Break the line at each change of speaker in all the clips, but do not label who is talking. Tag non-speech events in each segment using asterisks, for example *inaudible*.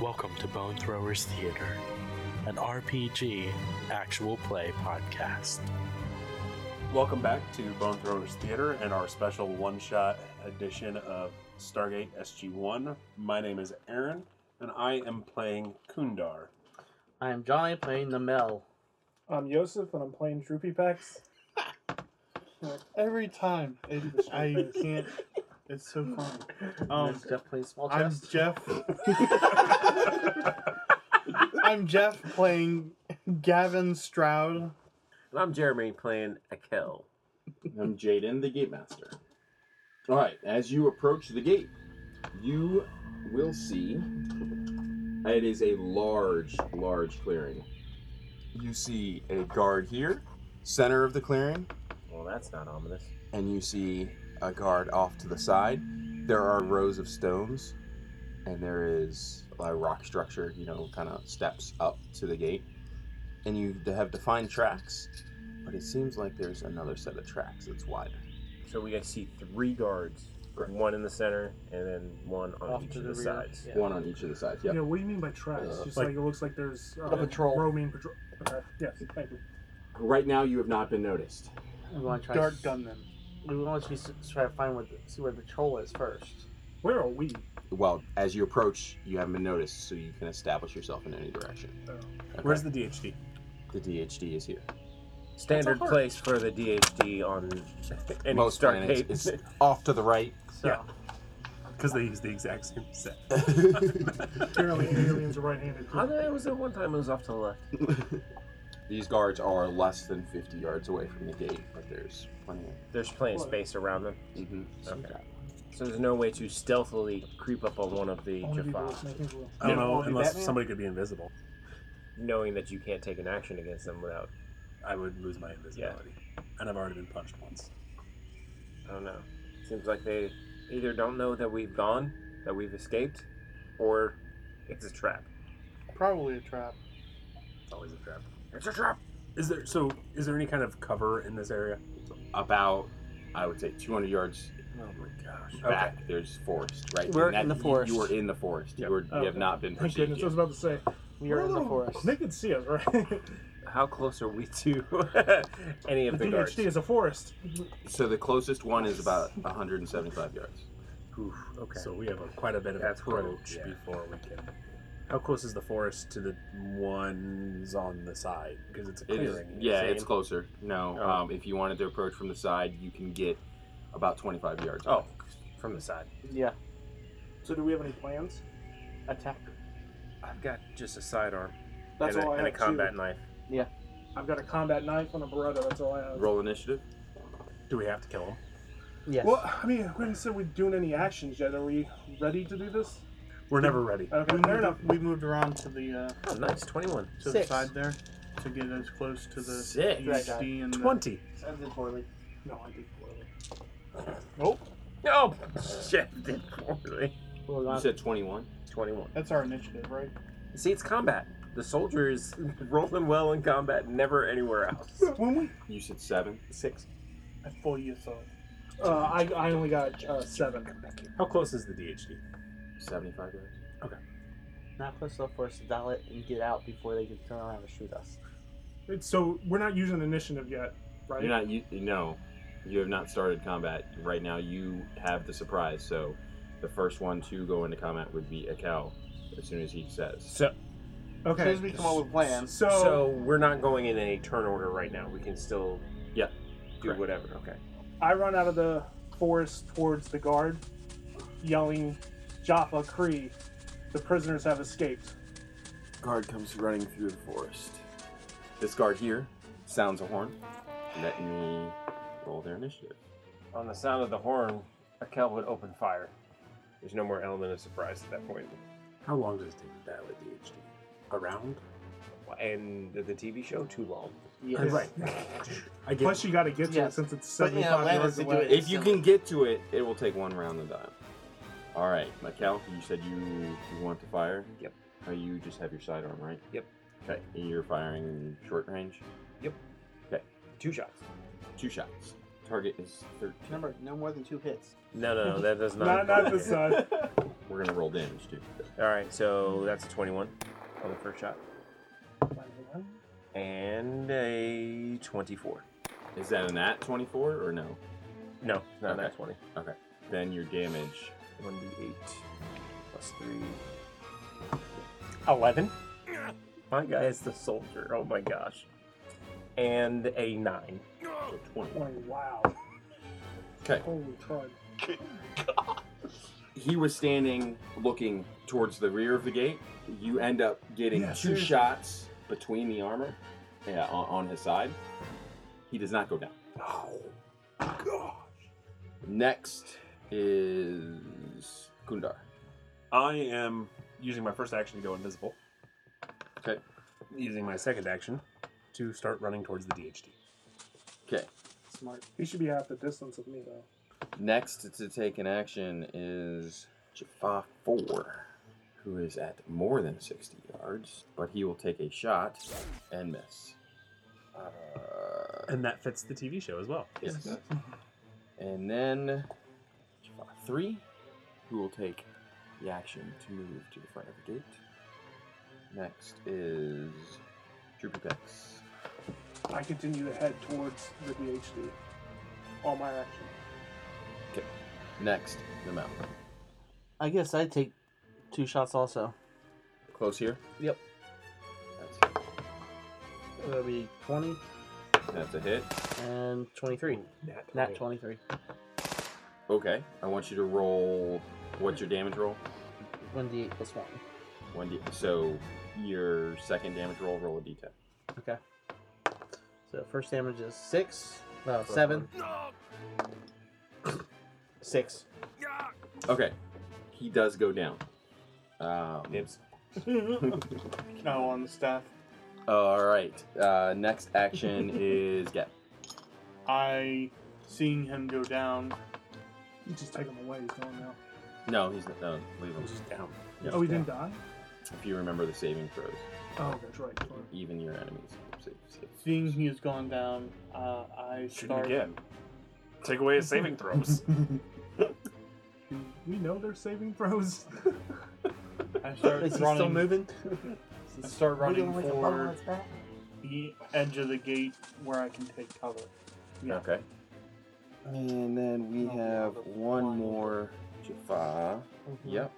Welcome to Bone Throwers Theater, an RPG actual play podcast.
Welcome back to Bone Throwers Theater and our special one shot edition of Stargate SG 1. My name is Aaron, and I am playing
*laughs*
Kundar.
I am Johnny playing the Mel.
I'm Yosef, and I'm playing Droopy Packs. *laughs* Every time it, I can't. It's so
Um,
funny. Um,
Jeff playing small
I'm
chest.
Jeff. I'm Jeff playing Gavin Stroud.
And I'm Jeremy playing Akel.
I'm Jaden, the gate master. All right, as you approach the gate, you will see it is a large, large clearing. You see a guard here, center of the clearing,
Well, that's not ominous.
and you see a guard off to the side. There are rows of stones, and there is a rock structure, you know, kind of steps up to the gate. And you have defined tracks, but it seems like there's another set of tracks that's wider.
So we got to see three guards.
Correct.
One in the center, and then one on
Off
each
to
of
the
the,
rear,
sides.
yeah.
One on each of the sides. Yep.
Yeah, what do you mean by tracks?
Uh,
Just
like-
like, it looks like there's uh,
A patrol.
roaming patrol. Okay. Yes, thank you.
Right now, you have not been noticed.
we want to try.
Dark Gunman.
We want to s- try to find where the, see where the troll is first.
Where are we?
Well, as you approach, you haven't been noticed, so you can establish yourself in any direction.
Oh.
Okay.
Where's the DHD?
the DHD is here?
That's a
Standard
heart.
place for the
*laughs*
DHD on any
Most planets.
Stargate.
It's off to the right. *laughs*
So
Yeah. Because they use the exact same set.
Apparently, aliens are right-handed.
I know it was at one time it was off to the left.
These guards are less than 50 yards away from the gate, but there's plenty of.
There's plenty of space around them,
Mm-hmm.
Okay. so there's no way to stealthily creep up on one of the
Only be rules,
Jaffa,
make it rule.
I don't
Yeah.
know,
Only
unless
Batman?
somebody could be invisible.
knowing that you can't take an action against them without.
I would lose my invisibility. And I've already been punched once.
I don't know. Seems like they either don't know that we've gone, that we've escaped, or it's a trap.
Probably a trap.
It's always a trap.
It's a trap.
Is there so? Is there any kind of cover in this area?
About, I would say, 200 yards
Oh my gosh.
back, there's forest, right?
We're
And that-
in the
you-
forest.
You, were in the forest.
Yep.
You, were,
Oh,
you have
okay.
not been
Thank
perceived
goodness, I was
yet.
about to say.
we are
we're
in the
little-
forest.
They can see us, right?
*laughs*
the
How close are we to *laughs* any of the,
DHD
guards?
is a forest.
So the closest one is about 175 yards.
Oof, okay.
So we have a, quite a bit of
That's quite a-
approach
yeah.
before we can. How close is the forest to the ones on the side? Because it's a
It is.
clearing.
Yeah,
Same.
it's closer. No,
Oh.
um, if you wanted to approach from the side, you can get about 25 yards.
oh, from the side.
Yeah.
So, do we have any plans?
Attack.
I've got just a sidearm
That's
and, a,
all I
and a
have. too.
combat knife.
I've got a combat knife and a Beretta. That's all I have.
Roll initiative.
Do we have to kill him?
Yes.
Well, I mean, we haven't said we're doing any actions yet. Are we ready to do this?
We're never ready.
Okay,
We
fair
moved,
enough.
we moved around to the uh,
Oh, nice, twenty-one.
to the
Six.
side there to get as close to the
Six.
DHD and the-
Twenty.
I did poorly.
No, I did poorly.
No, shit, did Oh, poorly.
Well,
You
not-
said 21.
Twenty-one.
That's our initiative, right?
See, it's combat. The soldier is *laughs* rolling well in combat, never
*laughs*
anywhere else.
When we
You said seven.
Six.
I fool you thought.
Uh, I, I only got uh, seven.
How close is the DHD?
75 yards.
not close enough for us to dial it and get out before they can turn around and shoot us.
It's, so we're not using initiative yet, right?
You're not. You no. You have not started combat right now. You have the surprise. So, the first one to go into combat would be Akel, as soon as he says.
So,
As soon
Okay.
as we come up with plans,
So,
so we're not going in any turn order right now. We can still
Yeah,
do
correct.
whatever. Okay.
I run out of the forest towards the guard, yelling, Jaffa Cree, the prisoners have escaped.
Guard comes running through the forest. This guard here sounds a horn. Let me roll their initiative.
On the sound of the horn, Akel would open fire. There's no more element of surprise at that point.
How long does it take to battle ADHD? Around?
And the, the TV show too
Uh,
long.
Yes.
Right. I get
Plus, you got to get to
Yeah.
it since it's
But in
75
Atlantis,
yards
they do
away.
it.
If you can get to it, it will take one round of dial. All right, Mikel, you said you, you want to fire.
Yep.
Or you just have your sidearm, right?
Yep.
Okay, and you're firing short range.
*laughs* Two shots.
Two shots. Target is 13.
Remember, no more than two hits.
No, no, no, that *laughs* does
Not,
*laughs*
not.
not this side.
We're gonna roll damage too.
All right, so that's a 21 on the first shot, and a 24.
Is that an at 24 or no?
No, it's not
Okay.
that 20.
Then your damage.
1d8 plus 3. 11. My guy is the soldier. Oh my gosh. And a 9.
So 20.
Oh, wow.
Okay.
Holy crud.
He was standing looking towards the rear of the gate. You end up getting
Yeah,
two
seriously.
shots between the armor yeah, on, on his side. He does not go down.
Oh, gosh.
Next is Kundar.
I am using my first action to go invisible.
Okay.
Using my second action to start running towards the DHD.
Okay.
Smart.
He should be half the distance of me, though.
Next to take an action is Jaffa 4, who is at more than 60 yards, but he will take a shot and miss. Uh,
And that fits the TV show as well.
Yes. And then Jaffa 3, who will take the action to move to the front of the gate. Next is Droopy Pex.
I continue to head towards the DHD. All my action.
Next, the mountain.
I guess I take two shots also.
Close here?
Yep.
That's,
That'll be 20
that's a hit.
and 23. Not 23.
Okay. I want you to roll. What's your damage roll?
1d8 plus 1.
One d. So your second damage roll, roll a d10.
Okay. So first damage is uh, 6. No, 7. *coughs* 6.
Okay. He does go down. Um,
No, on the staff.
All right. Uh, next action is get.
I, seeing him go down,
You just take him away. He's gone now.
No, he's not. No, leave him.
Just down.
Yeah.
oh, he didn't die?
If you remember the saving throws,
Oh, that's right. sorry.
even your enemies. Save, save.
seeing he has gone down, uh, I
Shooting
start.
again. Take away his saving throws.
Do we know they're saving throws? *laughs*
I start
Is he
running.
still moving?
I start running
Wiggling with the ball on
for
its back?
the edge of the gate where I can take cover. Yeah.
Okay. And then we have one more Jaffa.
Mm-hmm.
Yep.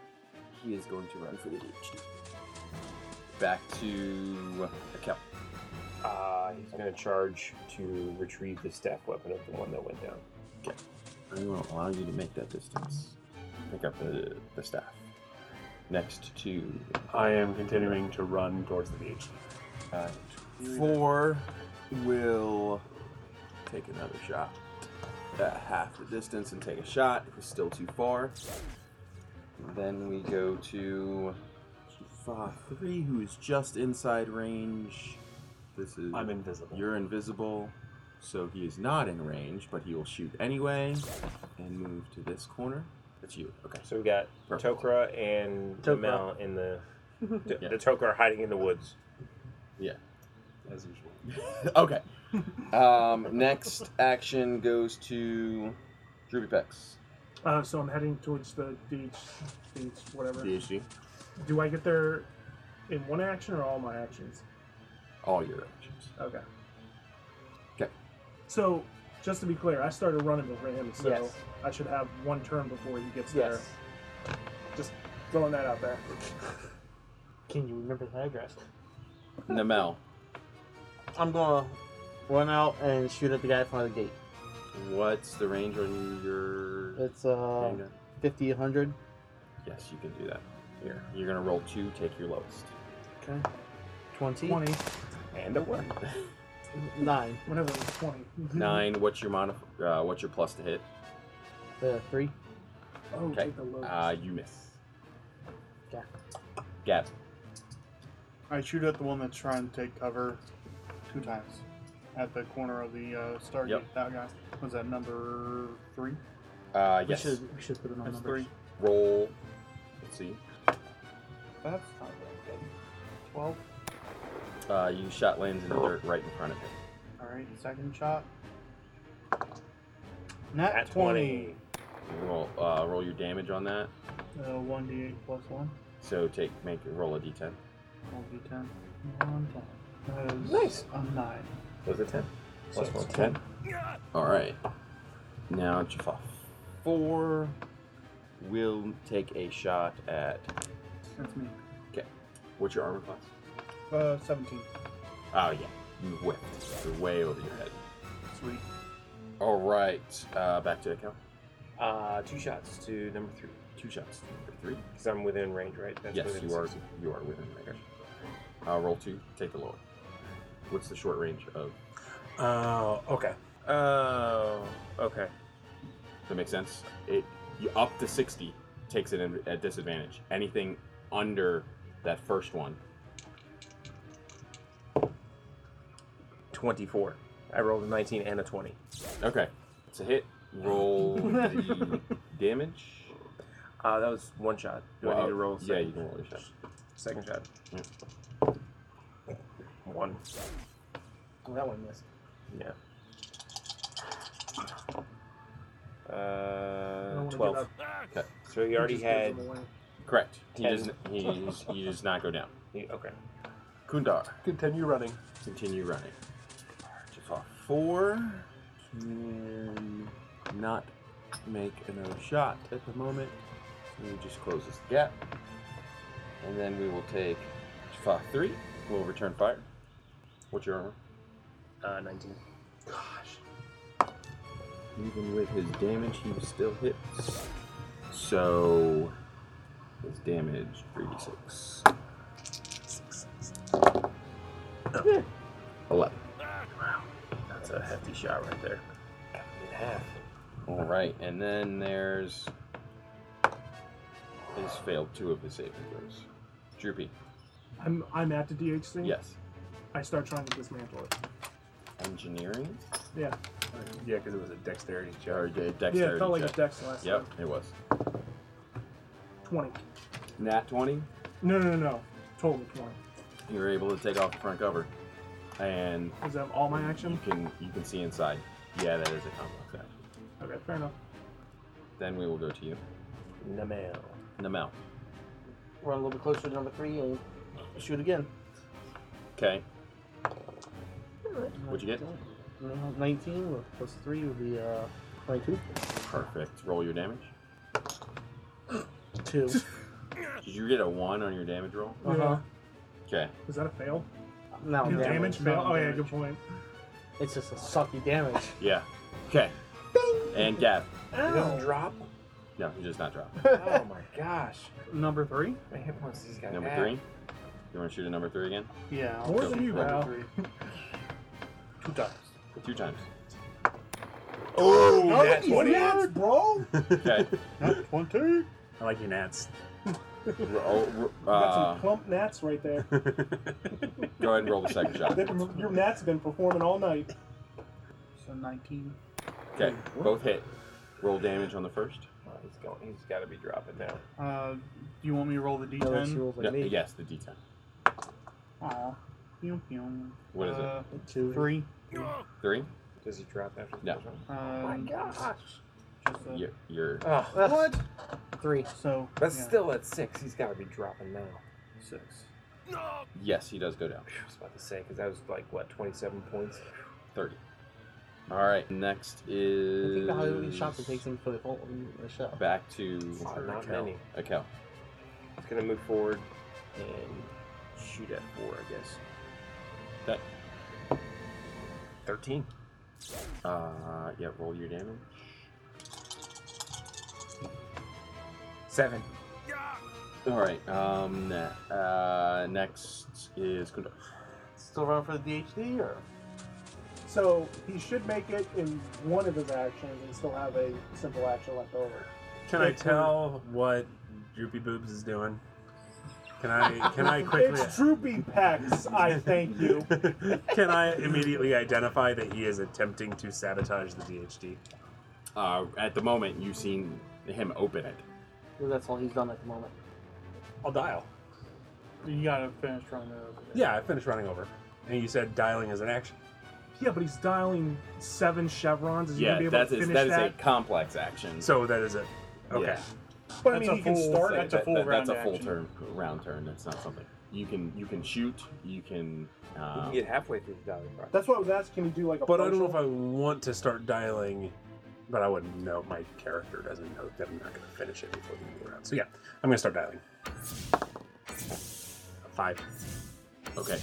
He is going to run for the DHD. Back to Akel.
Uh, he's going to charge to retrieve the staff weapon of the one that went down.
I won't allow you to make that distance. Pick up the, the staff. Next to
*laughs* I am continuing to run towards the DHD.
uh, four will take another shot at half the distance and take a shot. It was still too far. Then we go to Jaffa three, who is just inside range. This is
I'm invisible.
you're invisible, so he is not in range, but he will shoot anyway and move to this corner. That's you. Okay.
So we got
Perfect.
Tokra and
Tokra.
Mel in the. The,
Yeah.
the Tokra are hiding in the woods.
as usual.
*laughs* okay. Um, next action goes to Droopy Pex.
Uh, so I'm heading towards the DH, DH, whatever.
DHG.
Do I get there in one action or all my actions?
All your actions.
Okay.
'Kay.
So, just to be clear, I started running before him, so
Yes.
I should have one turn before he gets there.
Yes.
Throwing that out there.
Can you remember the address?
Namel.
I'm gonna run out and shoot at the guy in front of the gate.
What's the range on your
It's uh
handgun?
50, 100.
Yes, you can do that. Here. You're gonna roll two, take your lowest.
Okay. 20,
20,
And a one.
9,
whenever it was 20.
Nine, what's your modif- uh, what's your plus to hit?
uh, 3.
Oh,
Okay.
take a look.
Uh, you miss.
Gap.
Gap.
I shoot at the one that's trying to take cover two times at the corner of the uh, Stargate.
Yep.
That guy was that number three.
Uh,
We
yes.
should, we should put it on
That's
numbers.
three.
Roll. Let's see.
That's not that good. Twelve.
Uh, you shot lands in the dirt right in front of him.
All right, second shot. Nat
At
20.
20.
Roll. Uh, roll your damage on that.
Uh, 1d8 plus 1.
So take make roll a d10.
1d10. 1d10. That is
Nice.
A 9.
Was it 10? Plus
So
one,
it's
10. All right. Now Jaffa. Four will take a shot at.
That's me.
What's your armor class?
Uh, 17.
Oh, yeah. You whipped. You're way over your head.
Sweet.
All right. Uh, back to the count.
Uh, two shots to number three.
Two shots. Number Three.
Because I'm within range, right? That's
yes,
within
you are.
six.
You are within range. Uh, roll two. Take the lower. What's the short range of?
Oh, okay.
Oh, okay.
Does that make sense? It you up to sixty takes it in, at disadvantage. Anything under that first one
24. I rolled a 19 and a 20.
Okay, it's a hit. Roll
*laughs*
the damage.
Uh, that was one shot. Do I
Wow.
need to roll a
Yeah,
second,
you can roll your shot.
second shot?
Yeah.
One.
Oh, that one missed.
Yeah.
I don't
Uh,
wanna
twelve.
give up.
Okay,
So he already
Just gives
had.
them away.
correct. He
Ten.
does. He's, he does not go down.
he- okay.
Kundar,
Continue running.
continue running. Jafar four can not make another shot at the moment. So he just closes the gap, and then we will take Jafar three. Will return fire. What's your armor?
Uh, nineteen.
Gosh. Even with his damage, he still hits. So his damage 3d6. Yeah. 11.
That's a hefty shot right there. In half.
All right, and then there's he's failed two of his saving throws. Droopy.
I'm I'm at the DH thing.
Yes.
I start trying to dismantle it.
Engineering.
Yeah.
Yeah, because it was a dexterity
Or
check.
de-
Yeah, it
dexterity
felt like
check.
a dex last
Yep,
time.
it was.
Twenty.
Nat 20.
No, no, no, no. Total twenty.
You were able to take off the front cover, and
Is that all my action?
You can you can see inside. Yeah, that is a complex action.
Okay, fair enough.
Then we will go to you,
Namel.
Namel.
Run a little bit closer to number three and shoot again.
Okay. What'd you get?
Uh, 19 with- plus 3 would be uh, 22.
Perfect. Roll your damage.
2.
Did you get a one on your damage roll?
*laughs* Uh-huh.
Okay.
Is that a fail?
Now
Good
damage.
damage fail.
Now
Oh yeah,
damage.
good point.
It's just a sucky damage.
Yeah. Okay. And Gav. Oh. *laughs*
Drop.
No, he does not drop.
oh my gosh.
Number 3?
My hit points just got
Number
bad.
three. You want to shoot a number three again?
Yeah.
More
I'll
than
go
you,
for number
Val.
three. Two times.
Two times.
Oh,
Oh,
nat
these
20.
nats, bro!
*laughs*
Okay.
Nat 20.
I like your nats.
Roll- ro-
You got some
uh,
plump gnats right there.
go ahead and roll the second shot.
Your gnats have been performing all night.
So 19.
Okay. Both hit. Roll damage on the first.
Oh, he's going. He's got to be dropping now.
Uh, do you want me to roll the
No,
d10?
she rolls like
Yeah,
me.
yes, the d10.
Aw. Pew, pew.
What is
uh,
2.
Three.
it? Three.
Does he drop after? the
No.
first one? Oh my
Um,
gosh.
just
uh,
a-
You're, you're
Oh,
Ugh, 3.
So.
that's
yeah.
still at six. He's got to be dropping now.
Six.
yes, he does go down.
I was about to say because that was like what 27 points.
30. All right, next
I
is
think the
Uh,
Hollywood shot that takes him for the whole the show.
back to
Uh, not many.
Akel.
He's gonna move forward and shoot at four, I guess.
Okay.
13.
Uh, yeah, roll your damage.
Seven.
All right, um, ne- uh, next is Kunda.
Still running for the DHD or?
So he should make it in one of his actions and still have a simple action left over.
Can I tell what Droopy Boobs is doing? Can I can
*laughs*
I quickly
It's Droopy Pax, I
*laughs*
thank you.
Can I immediately identify that he is attempting to sabotage the DHD?
Uh, at the moment, you've seen him open it.
Well, that's all he's done at the moment.
I'll dial.
You gotta finish running it over. there.
Yeah, I finished running over. And you said dialing is an action.
Yeah, but he's dialing seven chevrons. Is he
Yeah,
gonna be able
that
to
is
finish
that
that?
is a complex action.
So that is it. Okay.
Yeah.
But I
That's
mean,
a
he can
full
start.
thing.
at-
that's a full
That's
round
a full
action.
turn, round turn. That's not something you can you can shoot. You can.
You
Uh,
can get halfway through the dialing process.
That's what I was asking. Can you do like a?
But I don't
partial?
know if I want to start dialing, but I wouldn't know. My character doesn't know that I'm not going to finish it before the end of the round. So yeah, I'm going to start dialing. Five.
Okay.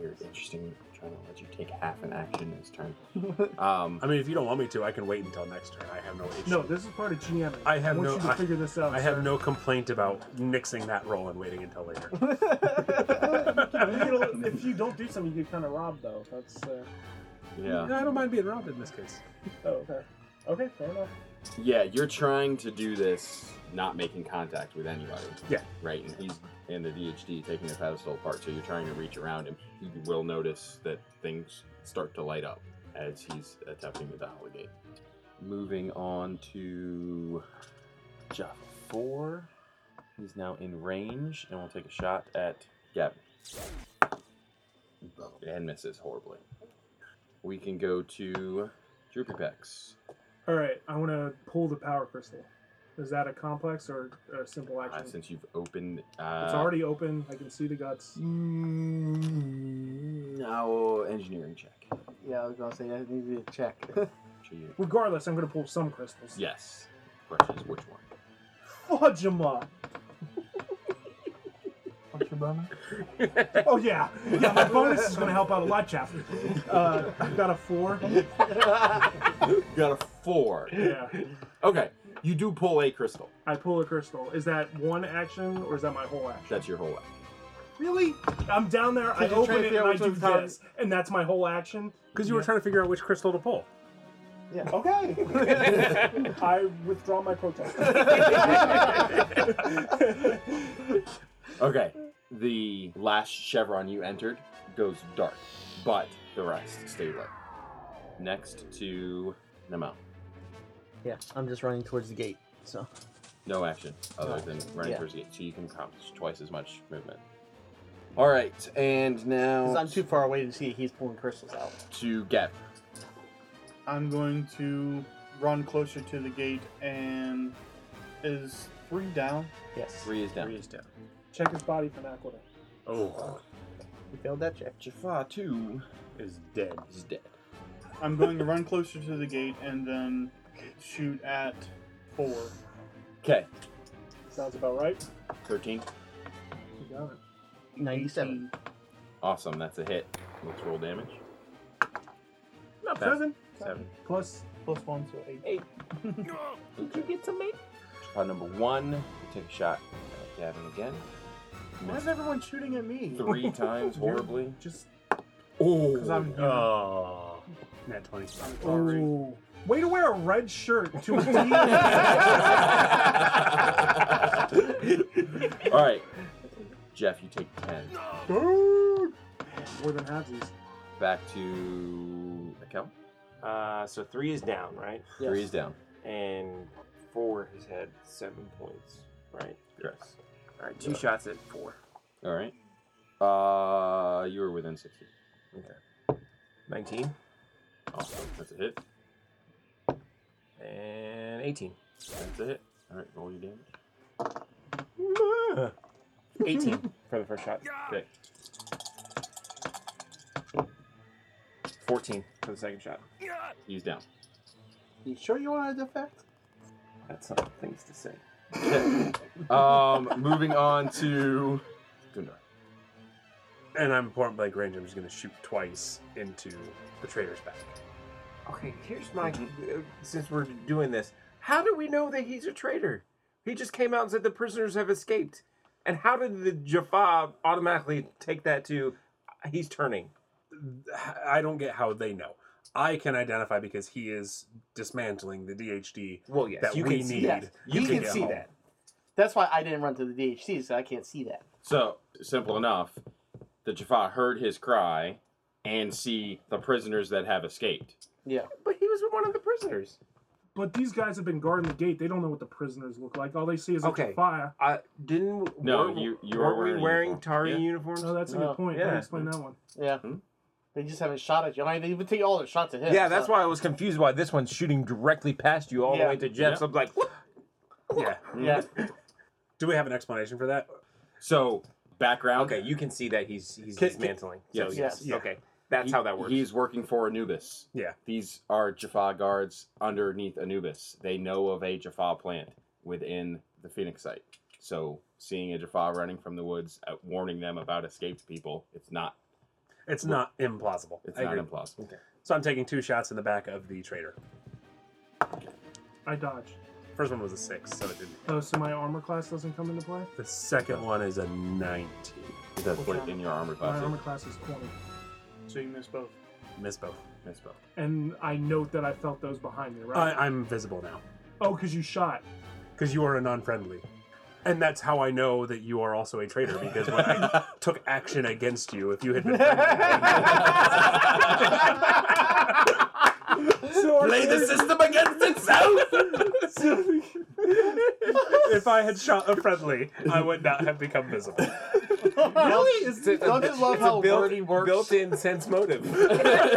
You're interesting. Trying to let you take half an action this turn. *laughs* Um,
I mean, if you don't want me to, I can wait until next turn. I have no issue.
No, this is part of GMing.
I have
want
no-
you to
I-
figure this out.
I have no complaint about nixing that roll and waiting until later.
You know, if you don't do something, you get kind of robbed, though. That's uh,
yeah.
I don't mind being robbed in this case.
oh, okay. Okay, fair enough.
Yeah, you're trying to do this not making contact with anybody.
Yeah.
Right, and he's in the DHD taking the pedestal apart, so you're trying to reach around him. You will notice that things start to light up as he's attempting to dial the gate. Moving on to Jaffa 4. He's now in range, and we'll take a shot at Gavin. And misses horribly. We can go to Droopy Pex.
All right, I want to pull the power crystal. Is that a complex or, or a simple
Uh,
action?
since you've opened. Uh,
it's already open. I can see the guts.
Mm, No engineering check.
Yeah, I was gonna say I need to check.
Should you-
Regardless, I'm going to pull some crystals.
Yes. Question is which one?
Fudgema!
What's your bonus?
Oh,
*laughs*
yeah. Yeah, my bonus is going to help out a lot, chap. Uh, I've got
*laughs*
a four.
*laughs*
Got a four.
Yeah.
Okay, you do pull a crystal.
I pull a crystal. Is that one action or is that my whole action?
That's your whole action.
Really? I'm down there, I
you're trying
open
to
it,
figure
and
out
I
which
do
one's how-
this, and that's my whole action.
Because you were trying to figure out which crystal to pull.
yeah.
*laughs*
I withdraw my protest.
Okay, the last chevron you entered goes dark, but the rest stay lit. Next to Nemo.
Yeah, I'm just running towards the gate. So
No action other
No.
than running
Yeah.
towards the gate, so you can accomplish twice as much movement. All right, and now
because I'm too far away to see he's pulling crystals out.
to Gap.
I'm going to run closer to the gate and is three down.
Yes.
Three is down.
Three is down.
Check his body for Naquita.
Oh,
We failed that check.
Jaffa two
is dead.
is dead.
I'm going to run closer to the gate and then shoot at four.
Okay,
Sounds about right.
thirteen.
You got it.
Ninety-seven.
Awesome, that's a hit. Let's roll damage.
Not
Seven.
seven.
Seven.
Plus,
Plus one, so eight.
Did you get some mate? Shot number one. we Take a shot at Gavin again.
Why is
Missed
everyone shooting at me?
three times horribly.
just.
Oh,
'Cause I'm-
oh, net twenty.
Sorry.
Ooh. Way to wear a red shirt to a
*laughs*
*laughs*
All right, Jeff, you take ten.
team. More than halfsies.
Back to Akel.
Uh, so three is down, right?
Three is down.
And four has had seven points, right?
Yes.
All right, two shots at four.
All right. Uh, you were within sixty.
Okay. 19
Awesome, that's a hit.
and 18.
That's a hit. All right, roll your damage.
18 for the first shot.
Okay.
14 for the second shot.
He's down. *laughs*
You sure you want to defect?
That's some things to say.
um, moving on to Gundar.
And I'm point blank range. I'm just going to shoot twice into the traitor's back.
Okay, here's my. uh, Since we're doing this, how do we know that he's a traitor? He just came out and said the prisoners have escaped. And how did the Jaffa automatically take that to he's turning?
I don't get how they know. I can identify because he is dismantling the DHD
Well, yes,
that
you
we
can see
need.
that. You
to
can Oh.
get
see
home.
that.
That's why I didn't run to the DHC, so I can't see that.
So, simple enough, the Jaffa heard his cry and see the prisoners that have escaped.
Yeah.
But he was one of the prisoners.
But these guys have been guarding the gate. They don't know what the prisoners look like. All they see is a
Okay.
fire.
I didn't.
No,
weren't-
you- you
weren't
were
we
wearing
wearing
uniform.
Tari
Yeah.
uniforms?
Oh, that's a
No,
good point.
yeah.
Yeah. Explain that one.
Yeah.
Hmm?
They just haven't shot at you. I mean, they would take all their shots at him.
yeah, that's
so-
why I was confused why this one's shooting directly past you all
Yeah.
the way to Jeff's.
Yeah.
I'm like, what?
Yeah.
Yeah.
*laughs*
Do we have an explanation for that?
So, background.
Okay, you can see that he's he's
Can- can-
dismantling.
Yes.
so yes,
Yeah.
okay, that's
he-
how that works.
He's working for Anubis.
Yeah.
These are Jaffa guards underneath Anubis. They know of a Jaffa plant within the Phoenix site. So, seeing a Jaffa running from the woods, uh, warning them about escaped people, it's not
It's not implausible.
it's
I
not
agree.
implausible.
So I'm taking two shots in the back of the traitor.
I dodge.
First one was a six, so it didn't.
Oh, so my armor class doesn't come into play.
The
Oh.
second one is a 19.
It does put it in your armor
My
class.
armor class is twenty,
So you missed both.
Miss both.
Misspelled.
and I note that I felt those behind me, right?
I, I'm visible now
oh, because you shot.
because you are a non-friendly, and that's how I know that you are also a traitor because when
*laughs*
I took action against you, if you had been friendly,
Play the system against
*laughs*
itself!
if I had shot a friendly, I would not have become visible.
Really? Is,
It's a-
don't you love
it's a
how
built-
wording works?
Built-in sense motive.
That's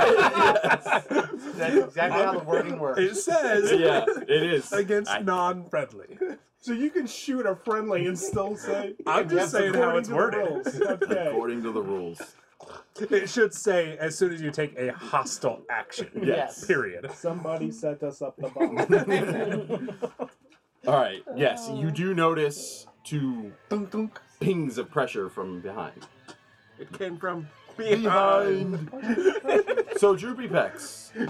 exactly how the
*laughs*
wording works.
It says
yeah, it is.
against non-friendly.
So you can shoot a friendly and still say.
I'm just saying how
according
it's
to
worded. *laughs*
the rules. Okay.
According to the rules.
It should say as soon as you take a hostile action.
Yes.
Period.
Somebody set us up the bomb. *laughs*
All right. Yes, you do notice two dunk, dunk, pings of pressure from behind.
it came from
so Droopy Pex, it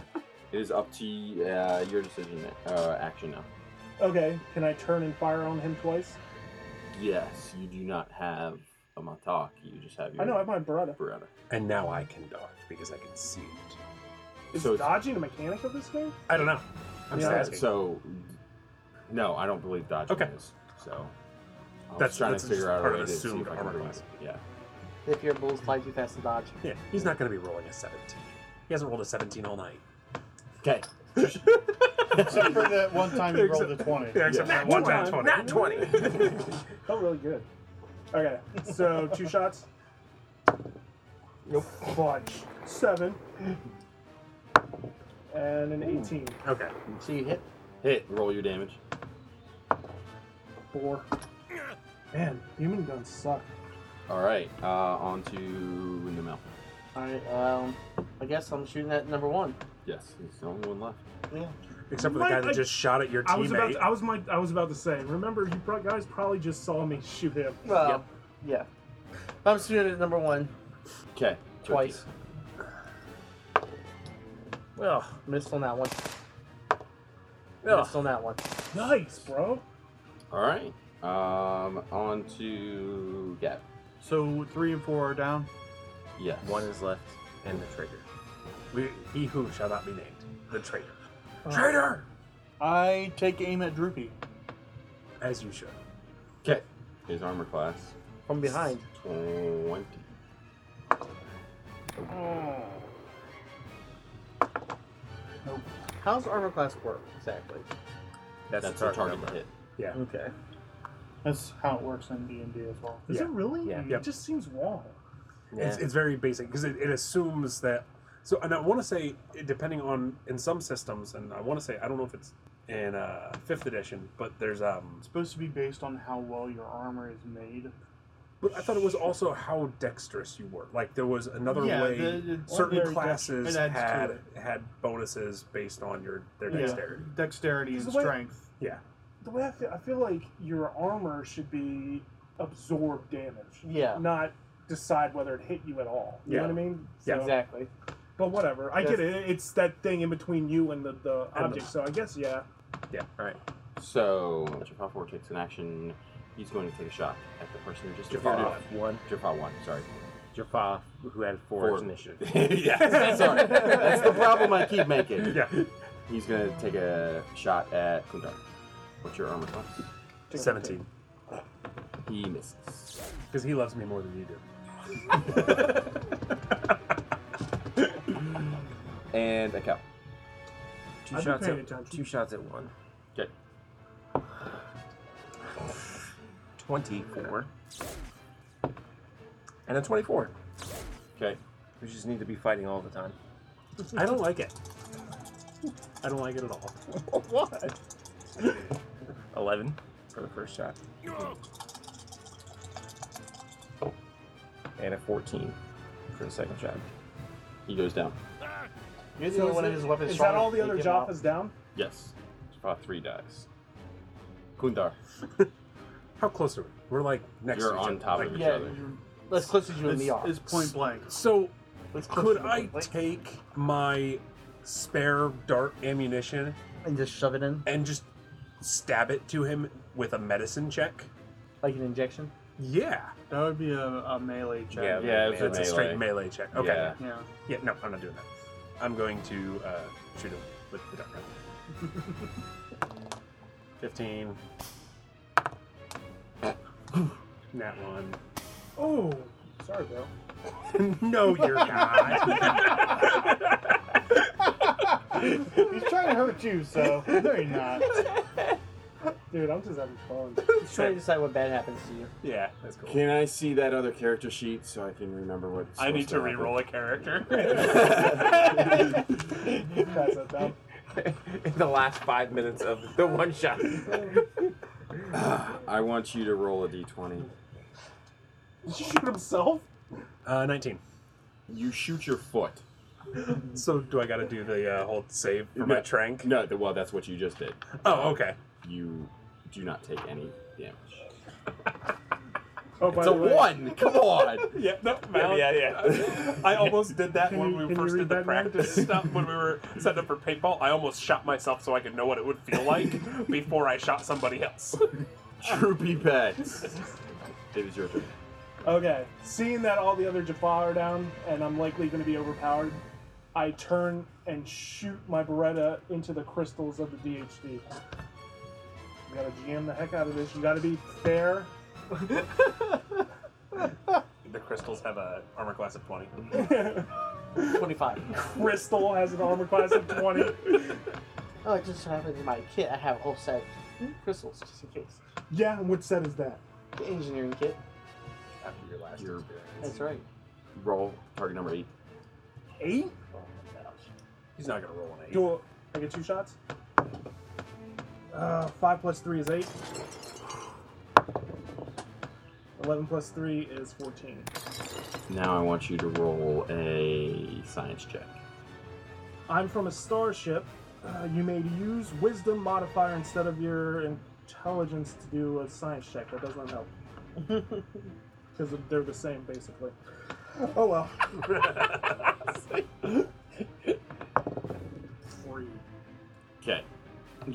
is up to uh, your decision uh, action now.
okay, can I turn and fire on him twice?
Yes, you do not have a matak. You just have your.
I know I have my Beretta.
Beretta.
And now I can dodge because I can see it.
Is
So it's-
dodging a mechanic of this game?
I don't know. I'm just
Yeah,
asking.
So, no, I don't believe dodging
Okay.
is. So. I was
That's-
trying
that's
to
just
figure out a
part
way
of
to see
assumed
if I can
armor
bring
class.
it. Yeah.
If your bulls fly too fast to dodge.
yeah, he's not going to be rolling a 17. He hasn't rolled a 17 all night.
Okay.
Except for that one time you rolled a 20.
except
Nat
for one
20. Nat
*laughs*
20.
Felt really good. Okay, so two shots.
Nope.
Fudge. Seven. And an 18.
Okay.
So you hit.
Hit. Roll your damage.
Four. Man, human guns suck.
All right. Uh, on to Namel.
Alright, um, I guess I'm shooting at number one.
Yes, he's the only one left.
Except for the guy that just shot at your
I was about.
teammate.
To, I was my. I was about to say. Remember, you pro- guys probably just saw me shoot him.
Well, yeah. I'm shooting at number one
Okay.
twice.
Well,
Missed on that one.
well.
Missed on that one.
Nice, bro.
All right. Um, on to Gab.
So three and four are down.
Yes.
One is left, and the trigger.
We, he who shall not be named. The traitor.
Traitor.
I take aim at Droopy.
As you should.
Okay. His armor class
From behind.
twenty.
How's armor class work exactly?
That's, a target
number.
hit.
Okay.
That's how it works in D and D as well.
Is
Yeah.
it really?
Yeah.
Yep.
It just seems wrong.
It's, it's very basic because it, it assumes that. So, and I want to say, it- depending on in some systems, and I want to say, I don't know if it's in uh, fifth edition, but there's um.
It's supposed to be based on how well your armor is made.
But I thought it was also how dexterous you were. Like there was another
Yeah,
way.
the- the
certain
ordinary
classes
dex- it adds to
had
it.
had bonuses based on your their
Yeah.
dexterity.
Dexterity
Is
and
the way-
strength.
The way I feel, I feel like your armor should be absorb damage,
Yeah.
not decide whether it hit you at all. You know
Yeah.
what I mean?
Yeah.
Exactly.
But whatever. I get it. It's that thing in between you and the, the
And the-
object, so I guess, yeah.
Yeah. All right.
So Jaffa Four takes an action. He's going to take a shot at the person who just
Jaffa
appeared.
one.
Jaffa One. Sorry.
Jaffa, who had four,
Four.
initiative.
*laughs* yeah, *laughs* sorry. That's the problem I keep making.
Yeah.
He's gonna take a shot at Kundar. What's your armor class?
17.
He misses.
Because he loves me more than you do.
And a cow.
Two
I've been
shots
paying
at
attention.
two shots at one.
Okay.
Twenty-four. And a twenty-four.
Okay.
We just need to be fighting all the time.
I don't like it. I don't like it at all.
*laughs* what? Eleven for the first shot. And a fourteen for the second shot.
He goes down.
You're the
So
only
is
one of
it-
his weapons
Is
strong
that all the
take
other
him out.
Jaffas down?
Yes. About three dice. Kundar,
How close are we? We're like next
you're
to each
on
other,
top
like-
of each
Yeah,
other.
you-
Let's close as you and me
it's,
are.
it's point blank.
So
Let's
could I take my spare dart ammunition
And just shove it in
and just stab it to him with a medicine check?
like an injection.
Yeah.
That would be a, a melee check.
Yeah.
Yeah, it's a
It's a straight
melee.
melee check. Okay. Yeah.
Yeah.
Yeah.
no, I'm not doing that. I'm going to uh, shoot him with the dart.
*laughs*
15. *clears throat* Nat one.
Oh, sorry, bro.
no,
*laughs*
you're not.
He's trying to hurt you, so no, you're not. Dude, I'm just having fun.
Just trying to decide what bad happens to you.
yeah, that's cool.
Can I see that other character sheet so I can remember what?
I need to re-roll a
*laughs*
character.
Pass that down.
*laughs* In the last five minutes of the
*laughs*
one shot.
I want you to roll a d20.
Did you shoot himself?
uh, 19.
You shoot your foot.
So do I got to do the uh, whole save for my
No.
trank?
No, well, that's what you just did.
Oh, okay.
You do not take any damage.
Oh, by
It's
the
a
way,
one. Come on.
*laughs*
Yeah, no, *laughs* yeah, yeah. I almost did that
Can
when
you-
we
can you
first did
read
the
that now?
practice *laughs* stuff when we were setting up for paintball. I almost shot myself so I could know what it would feel like before I shot somebody else.
Troopy pets. *laughs* It is your turn.
Okay, seeing that all the other Jaffa are down and I'm likely going to be overpowered, I turn and shoot my Beretta into the crystals of the DHD. You gotta GM the heck out of this. You gotta be fair.
The crystals have a armor class of twenty.
Twenty-five.
Crystal has an armor class of 20.
Oh, it just so happened in my kit. I have a whole set of crystals just in case.
Yeah, and which set is that?
The engineering kit.
After your last
Your
That's right.
roll target number eight.
Eight?
He's not gonna roll an eight.
Do I get two shots? Uh, five plus three is eight. Eleven plus three is fourteen.
Now I want you to roll a science check.
I'm from a starship. Uh, you may use wisdom modifier instead of your intelligence to do a science check. That does not help. Because they're the same, basically. Oh well. Three. *laughs*
Okay.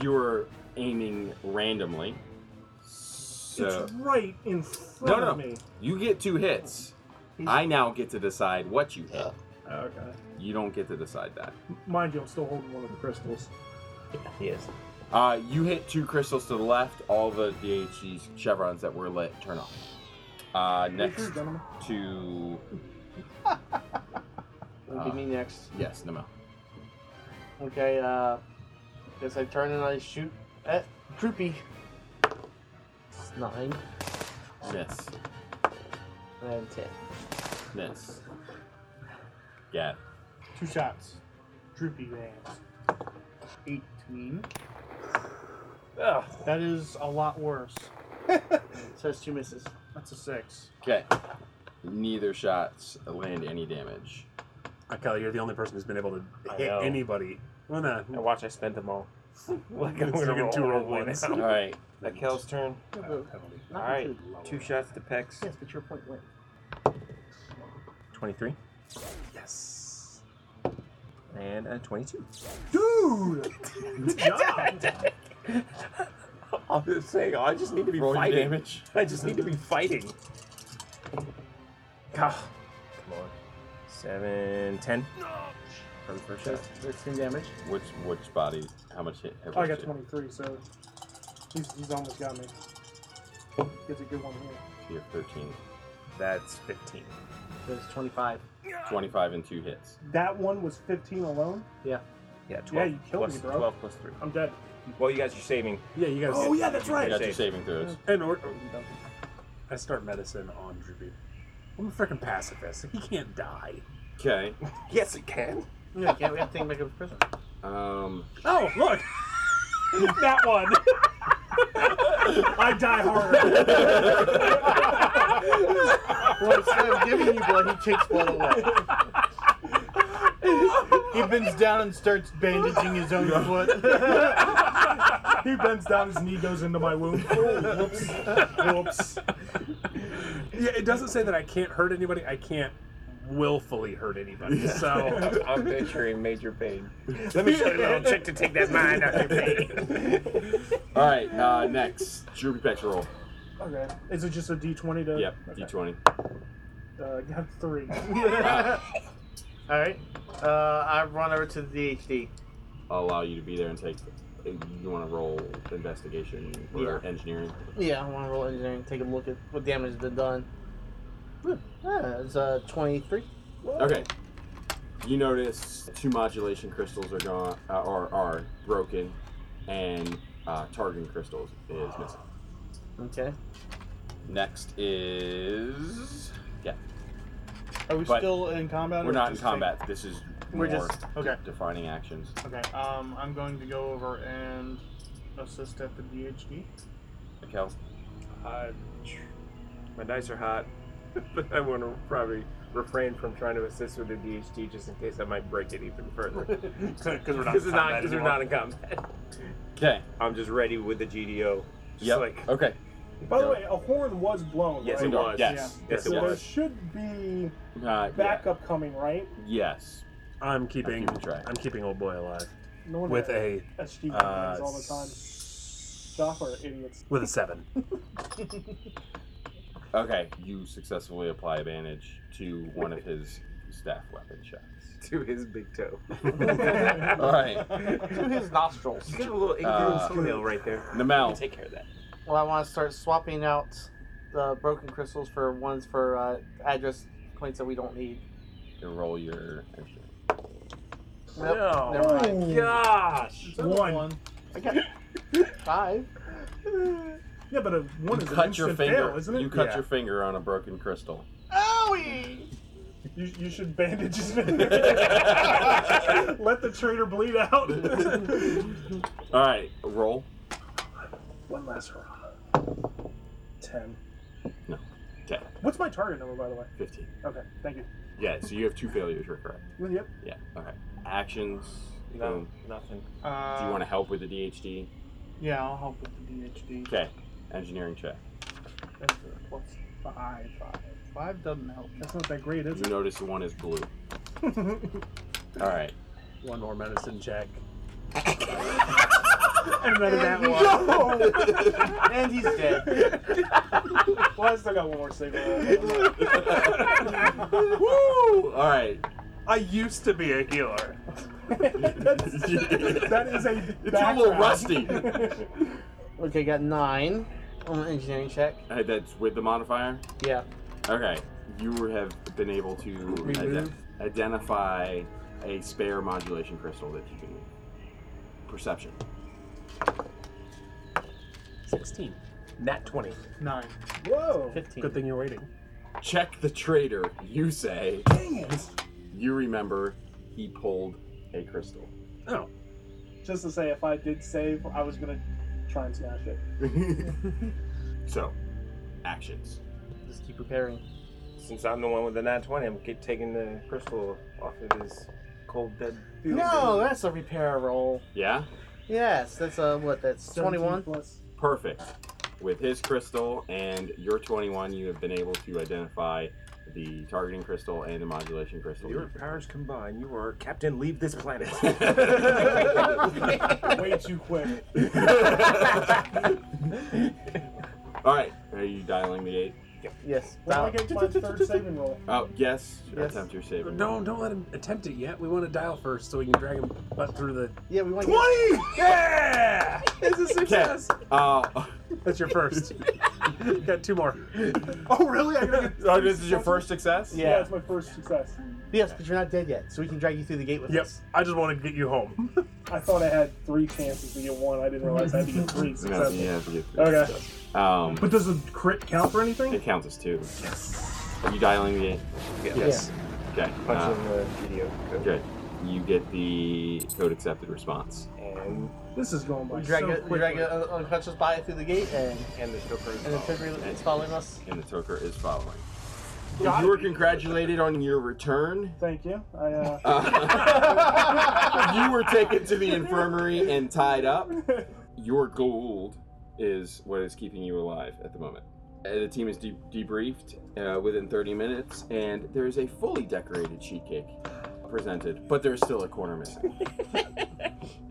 You were aiming randomly. So
It's right in front
No,
of
no.
me.
you get two hits. I now get to decide what you hit.
Okay.
You don't get to decide that.
Mind you, I'm still holding one of the crystals.
He is.
Uh, you hit two crystals to the left. All the DHC's chevrons that were lit turn off. Uh,
Here,
next
gentlemen.
to
It'll be
Ah.
me next.
yes, Nemo.
Okay, uh, guess I turn and I shoot at Droopy. It's nine
Miss,
and ten.
miss. Yeah.
Two shots. Droopy rams.
18. That is a lot worse.
So it's two misses.
That's a six.
Okay. Neither shots land any damage.
Akali, you're the only person who's been able to
I
hit
know.
anybody. Well, no.
And watch, I spent them all. *laughs* like
So you can two roll ones.
All right.
Akel's turn. Uh, All right, two shots to Pex.
Yes, but your point went.
Twenty-three
Yes.
and a twenty-two. *laughs*
Dude! Good job!
I'm just saying, I just need to be
Roll your
fighting.
damage.
I just need to be fighting. God,
lord.
Seven, ten. For the first shot.
16 damage.
Which which body? How much hit?
Oh, I got 23, so he's, he's almost got me. Gets a good one here.
You're 13.
That's fifteen.
It's 25.
25 and two hits.
That one was 15 alone.
Yeah, twelve.
you killed
plus-
me, bro.
Twelve plus three.
I'm dead.
Well, you guys are saving.
Yeah, you guys.
Oh, yeah, that's
You
right.
got your saving throws.
And or, I start medicine on Droopy. I'm a freaking pacifist. He can't die.
Okay.
Yes, it can.
Yeah, can't we have to take him back up to prison?
Um,
Oh, look! *laughs* that one!
I die harder. *laughs*
Well, instead of giving you blood, he takes blood away. *laughs*
He bends down and starts bandaging his own foot.
*laughs*
he bends down, his knee goes into my wound. *laughs* whoops. Whoops.
Yeah, it doesn't *laughs* say that I can't hurt anybody. I can't willfully hurt anybody. So,
*laughs*
*laughs*
I'm picturing major pain. Let me show you a little trick to take that mind
*laughs*
out of your pain.
all right, uh, next. Droopy Pex roll.
Okay. Is it just a d20 to?
Yep, d20.
Uh, got three.
Alright. Uh, I run over to the DHD.
I'll allow you to be there and take. You want to roll investigation or engineering?
Yeah, I want to roll engineering, take a look at what damage has been done. Hmm, Yeah, it's uh, 23.
Okay. You notice two modulation crystals are gone, uh, are are broken, and uh, targeting crystals is missing.
Okay.
Next is yeah.
Are we
But
still in combat? or
We're not in
just
combat. This is
We're
more
just- okay.
defining actions.
take- Okay. Um, I'm going to go over and assist at the DHD.
Okay.
My dice are hot, *laughs* but I want to probably refrain from trying to assist with the DHD just in case I might break it even further.
because we're not.
This is
in
not
combat
because we're
anymore.
not in combat.
Okay.
I'm just ready with the GDO. Just
Yep.
like-
Okay.
By the way, a horn was blown.
Yes,
right?
it was.
Yes.
Yes,
So
it
Yes.
there
was.
should be
Uh, yeah.
backup coming, right?
Yes.
I'm keeping.
I'm keeping track.
I'm keeping old boy alive
No one
with a
SG
uh,
complains all the time. Joff are idiots.
with a
*laughs*
seven.
Okay. You successfully apply advantage to one of his staff weapon shots.
To his big toe.
All right.
To his nostrils.
You got a little
Uh,
ingrown toenail right there.
Namal.
Take care of that.
Well, I want to start swapping out the broken crystals for ones for uh, address points that we don't need.
roll your engineering.
Nope,
No.
Never mind.
Gosh.
One.
I got five.
Yeah, but a one
You
is an
cut your
instant
finger.
fail, isn't it?
You cut
Yeah.
your finger on a broken
*laughs*
crystal.
Owie!
You, you should bandage his finger. *laughs* Let the traitor bleed
*laughs*
out.
All right, roll.
one last hurrah. Ten.
No. Okay.
What's my target number, by the way?
Fifteen.
Okay, thank you.
Yeah. So you have two failures. You're correct.
Well, Yep.
Yeah. All right. Actions.
No,
Um,
nothing.
Uh,
do you want to help with the DHD?
Yeah, I'll help with the DHD.
Okay. Engineering check.
That's a plus five. Five, five doesn't help.
That's not that great, is
You notice the one is blue.
*laughs*
All right.
One more medicine *laughs* check.
Another that one.
*laughs*
And he's dead.
Well, I still got one more
*laughs*
save. left.
Woo! All right.
I used to be a healer.
That's, that is a.
It's a little
background.
rusty.
Okay, got nine on the engineering check.
Uh, that's with the modifier.
Yeah.
Okay. You have been able to ident- identify a spare modulation crystal that you can use. Perception.
Sixteen. Nat twenty.
Nine.
Whoa.
15.
Good thing you're waiting.
Check the traitor, you say.
Dang it.
You remember he
*laughs*
pulled a crystal.
Oh,
Just to say, if I did save, I was gonna try and smash it.
so, actions.
Just keep repairing.
Since I'm the one with the 920, I'm get, taking the crystal off of his cold dead.
No, that's a repair roll.
Yeah?
Yes, that's uh what? That's 21.
21 *laughs* plus.
Perfect. With his crystal and your 21, you have been able to identify the targeting crystal and the modulation crystal.
Your
*laughs*
powers combined, you are Captain Leave This *laughs* Planet.
Way too quick.
All right. Are you dialing the eight?
Yes.
What if I get my third saving roll?
Oh, yes.
Yes.
Attempt your saving.
No, don't let him attempt it yet. We want to dial first so we can drag him butt through the.
Yeah, we want to.
*laughs*
Twenty. Yeah, it's a success.
Uh, *laughs*
That's your
*laughs*
first. Got two more.
Oh, really? I gotta get
*laughs* oh, this is your first success?
Yeah,
Yeah.
it's my first success.
Yes, but you're not dead yet, so we can drag you through the gate with
Yep.
us.
I just want to get you home.
I thought I had three chances to get one. I didn't realize I had to
*laughs*
get three
You have-
successes.
you have to get three
Okay.
success. Um,
But does a crit count for anything?
it counts as two. Are you dialing the eight?
Yes.
Okay.
Punch
Uh,
in the video code.
good. You get the code accepted response.
And,
This is going by
We drag,
so
a, we
quickly.
drag a, an unconscious body through the gate, and
and the chauffeur is
and the
following.
trigger is following us.
And the toker is following. You were congratulated on your return.
Thank you. I, uh, *laughs*
Uh, *laughs* you were taken to the infirmary and tied up. Your gold is what is keeping you alive at the moment. Uh, the team is de- debriefed uh, within 30 minutes, and there is a fully decorated sheet cake presented, but there's still a corner missing.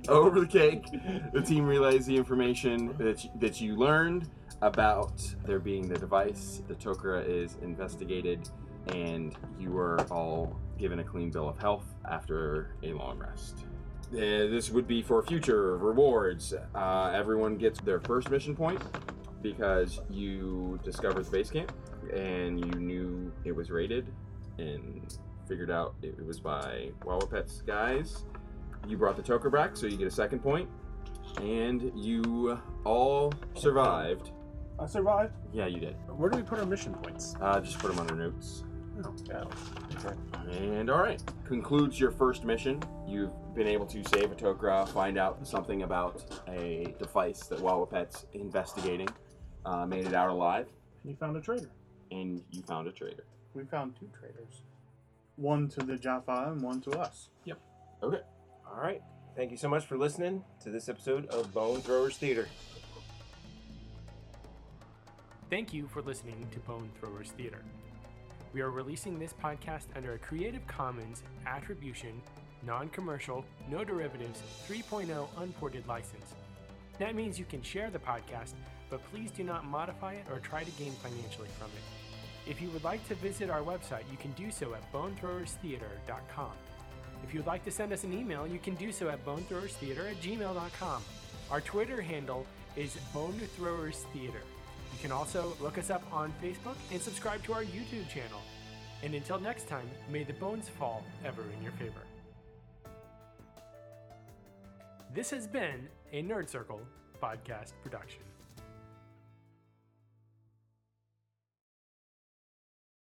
Over the cake, the team relays the information that you, that you learned about there being the device. The Tokra is investigated and you were all given a clean bill of health after a long rest. Uh, this would be for future rewards. Uh, everyone gets their first mission point because you discovered the base camp and you knew it was raided and figured out it was by Wawapet's guys. You brought the Toker back, so you get a second point, and you all survived.
I survived.
Yeah, you did.
Where do we put our mission points?
Uh, just put them on the notes.
Oh,
And all right, concludes your first mission. You've been able to save a Tokra, find out something about a device that Wawapet's investigating, uh, made it out alive,
You found a traitor.
and you found a traitor.
We found two traitors. One to the Jaffa and one to us.
All right. Thank you so much for listening to this episode of Bone Throwers Theater.
Thank you for listening to Bone Throwers Theater. We are releasing this podcast under a Creative Commons Attribution, Non Commercial, No Derivatives 3.0 Unported license. That means you can share the podcast, but please do not modify it or try to gain financially from it. If you would like to visit our website, you can do so at bonethrowerstheater.com. If you'd like to send us an email, you can do so at bonethrowerstheater at gmail.com. Our Twitter handle is bonethrowerstheater. You can also look us up on Facebook and subscribe to our YouTube channel. And until next time, may the bones fall ever in your favor. This has been a Nerd Circle podcast production.